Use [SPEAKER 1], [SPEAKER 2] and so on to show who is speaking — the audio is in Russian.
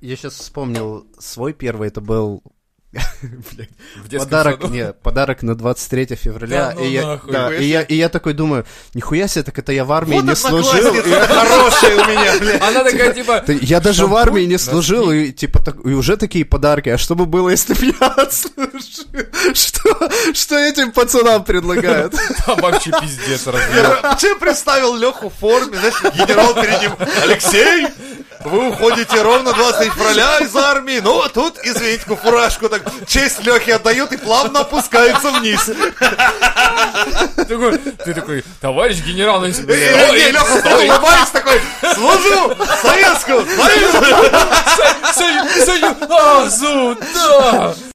[SPEAKER 1] Я сейчас вспомнил свой первый, это был Блядь, подарок,
[SPEAKER 2] саду?
[SPEAKER 1] не, подарок на 23 февраля.
[SPEAKER 2] Да ну
[SPEAKER 1] и, я,
[SPEAKER 2] нахуй,
[SPEAKER 1] да, и, я, и я такой думаю, нихуя себе, так это я в армии
[SPEAKER 3] Вот
[SPEAKER 1] не служил.
[SPEAKER 3] одноклассница хорошая у меня, блядь.
[SPEAKER 2] Она такая, типа,
[SPEAKER 1] Ты- Я даже в
[SPEAKER 2] Шампунь
[SPEAKER 1] армии не
[SPEAKER 2] на
[SPEAKER 1] служил, и типа так- и уже такие подарки. А что бы было, если бы я отслужил? Что, что этим пацанам предлагают?
[SPEAKER 2] там вообще пиздец
[SPEAKER 3] Я
[SPEAKER 2] разбил.
[SPEAKER 3] вообще представил Леху в форме, знаешь, генерал перед ним. Алексей, вы уходите ровно 20 февраля из армии, но тут, извините, фуражку так честь Лехи отдают и плавно опускается вниз.
[SPEAKER 2] Такой- Ты такой, товарищ генерал, ну,
[SPEAKER 3] И- и- и Э, Леха
[SPEAKER 2] стой, стой,
[SPEAKER 3] улыбается такой, служу советскому, союзу.
[SPEAKER 2] Сань- Сань- Саню, а, зу, да!